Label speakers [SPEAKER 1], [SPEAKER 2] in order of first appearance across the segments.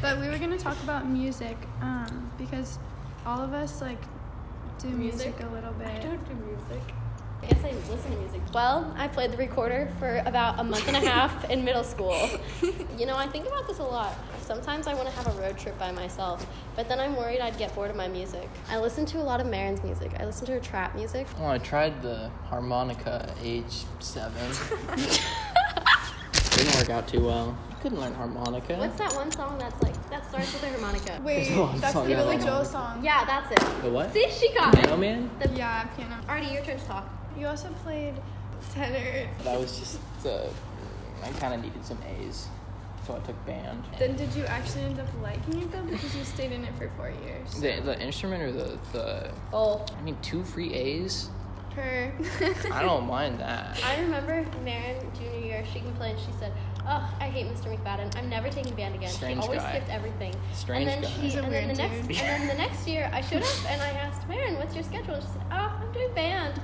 [SPEAKER 1] But we were gonna talk about music um, because all of us like do music,
[SPEAKER 2] Music?
[SPEAKER 1] a little bit.
[SPEAKER 2] I don't do music. I guess I listen to music. Well, I played the recorder for about a month and a half in middle school. You know, I think about this a lot. Sometimes I want to have a road trip by myself, but then I'm worried I'd get bored of my music. I listen to a lot of Marin's music. I listen to her trap music.
[SPEAKER 3] Well, Oh, I tried the harmonica at age seven. Didn't work out too well. I couldn't learn harmonica.
[SPEAKER 2] What's that one song that's like that starts with a harmonica?
[SPEAKER 1] Wait,
[SPEAKER 3] There's a lot of
[SPEAKER 1] that's the
[SPEAKER 3] songs I
[SPEAKER 1] Billy
[SPEAKER 3] don't
[SPEAKER 1] Joel
[SPEAKER 3] know.
[SPEAKER 1] song.
[SPEAKER 2] Yeah, that's it.
[SPEAKER 3] The what?
[SPEAKER 2] See, she got
[SPEAKER 3] Piano
[SPEAKER 2] it.
[SPEAKER 3] man?
[SPEAKER 1] Yeah, piano.
[SPEAKER 2] Alrighty, your turn to talk.
[SPEAKER 1] You also played tenor.
[SPEAKER 3] That was just uh, I kind of needed some A's, so I took band.
[SPEAKER 1] Then did you actually end up liking it though because you stayed in it for four years?
[SPEAKER 3] The, the instrument or the, the
[SPEAKER 2] Oh.
[SPEAKER 3] I mean two free A's.
[SPEAKER 1] Per.
[SPEAKER 3] I don't mind that.
[SPEAKER 2] I remember Marin junior year, she complained. She said, "Oh, I hate Mr. McFadden. I'm never taking band again.
[SPEAKER 3] Strange
[SPEAKER 2] she always
[SPEAKER 3] guy.
[SPEAKER 2] skipped everything."
[SPEAKER 3] Strange
[SPEAKER 2] and then
[SPEAKER 3] guy.
[SPEAKER 2] She,
[SPEAKER 1] He's a
[SPEAKER 2] and then
[SPEAKER 1] weird
[SPEAKER 2] the
[SPEAKER 1] dude.
[SPEAKER 2] next, and then the next year, I showed up and I asked Marin, "What's your schedule?" And she said, "Oh, I'm doing band."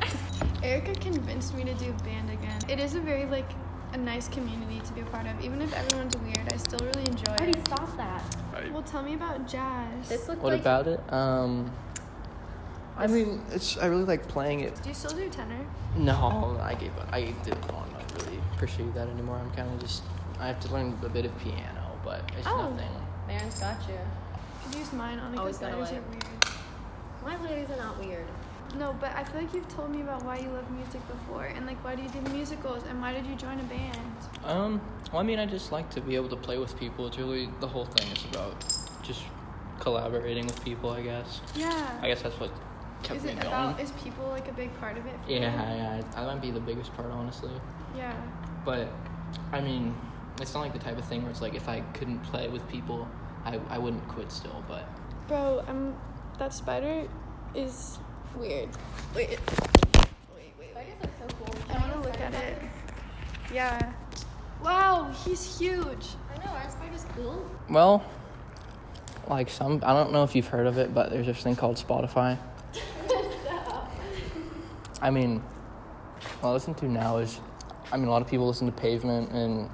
[SPEAKER 1] Erica convinced me to do band again. It is a very like a nice community to be a part of. Even if everyone's weird, I still really enjoy
[SPEAKER 2] I already
[SPEAKER 1] it.
[SPEAKER 2] stopped that.
[SPEAKER 1] Well, tell me about jazz.
[SPEAKER 2] This looked
[SPEAKER 3] What
[SPEAKER 2] like
[SPEAKER 3] about it? Um, I mean, it's I really like playing it.
[SPEAKER 1] do you still do tenor?
[SPEAKER 3] No, I gave up. I didn't want to really pursue that anymore. I'm kind of just I have to learn a bit of piano, but it's
[SPEAKER 2] Oh.
[SPEAKER 3] nothing.
[SPEAKER 2] Marin's got you.
[SPEAKER 1] Could use mine on
[SPEAKER 2] Always
[SPEAKER 1] because
[SPEAKER 2] gotta
[SPEAKER 1] letters
[SPEAKER 2] let
[SPEAKER 1] are
[SPEAKER 2] it.
[SPEAKER 1] weird.
[SPEAKER 2] My ladies are not weird.
[SPEAKER 1] No, but I feel like you've told me about why you love music before and like why do you do musicals and why did you join a band?
[SPEAKER 3] Um, well, I mean, I just like to be able to play with people. It's really the whole thing is about just collaborating with people. I guess.
[SPEAKER 1] Yeah.
[SPEAKER 3] I guess that's what kept
[SPEAKER 1] is
[SPEAKER 3] me
[SPEAKER 1] it
[SPEAKER 3] going.
[SPEAKER 1] about is people like a big part of it? for you?
[SPEAKER 3] yeah, yeah, that might be the biggest part, honestly.
[SPEAKER 1] Yeah.
[SPEAKER 3] But I mean, it's not like the type of thing where it's like if I couldn't play with people, I I wouldn't quit still. But
[SPEAKER 1] Bro, um that spider is weird. Wait. Wait, wait.
[SPEAKER 2] Spiders are so cool.
[SPEAKER 1] I want to look at it. Yeah. Wow, he's huge.
[SPEAKER 2] I know, aren't spiders cool?
[SPEAKER 1] Oh,
[SPEAKER 3] Well, like some, I don't know if you've heard of it, but there's this thing called Spotify. I mean, what I listen to now is, I mean, a lot of people listen to Pavement and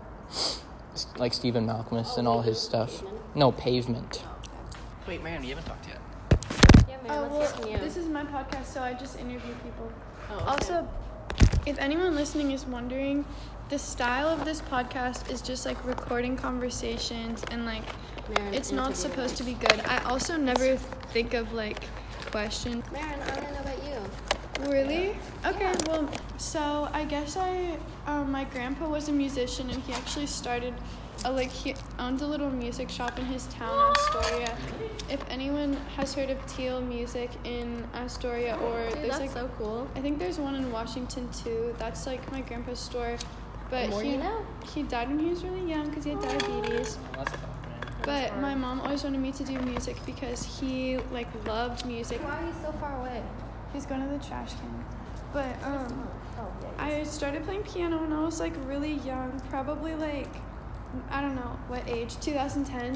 [SPEAKER 3] like Stephen Malcolmus and all his stuff. No, Pavement. Wait, Marion, you haven't talked yet.
[SPEAKER 2] Yeah, Marin,
[SPEAKER 1] Oh,
[SPEAKER 2] let's hear from
[SPEAKER 1] well,
[SPEAKER 2] you.
[SPEAKER 1] this is my podcast, so I just interview people.
[SPEAKER 2] Oh, okay.
[SPEAKER 1] Also, if anyone listening is wondering, the style of this podcast is just like recording conversations and like
[SPEAKER 2] Marin,
[SPEAKER 1] it's not
[SPEAKER 2] interview.
[SPEAKER 1] supposed to be good. I also never think of like questions.
[SPEAKER 2] Marin, I want to know about you.
[SPEAKER 1] Really? Okay, well, so I guess I, um, my grandpa was a musician and he actually started, a, like, he owned a little music shop in his town, Astoria. If anyone has heard of Teal Music in Astoria or
[SPEAKER 2] Dude,
[SPEAKER 1] there's
[SPEAKER 2] that's
[SPEAKER 1] like,
[SPEAKER 2] so cool.
[SPEAKER 1] I think there's one in Washington too. That's like my grandpa's store. But
[SPEAKER 2] The more
[SPEAKER 1] he,
[SPEAKER 2] you know.
[SPEAKER 1] he died when he was really young because he had diabetes. But
[SPEAKER 2] hard.
[SPEAKER 1] my mom always wanted me to do music because he like loved music.
[SPEAKER 2] Why are you so far away?
[SPEAKER 1] He's going to the trash can. But um,
[SPEAKER 2] Oh, yeah.
[SPEAKER 1] I started playing piano when I was like really young, probably like I don't know what age, 2010.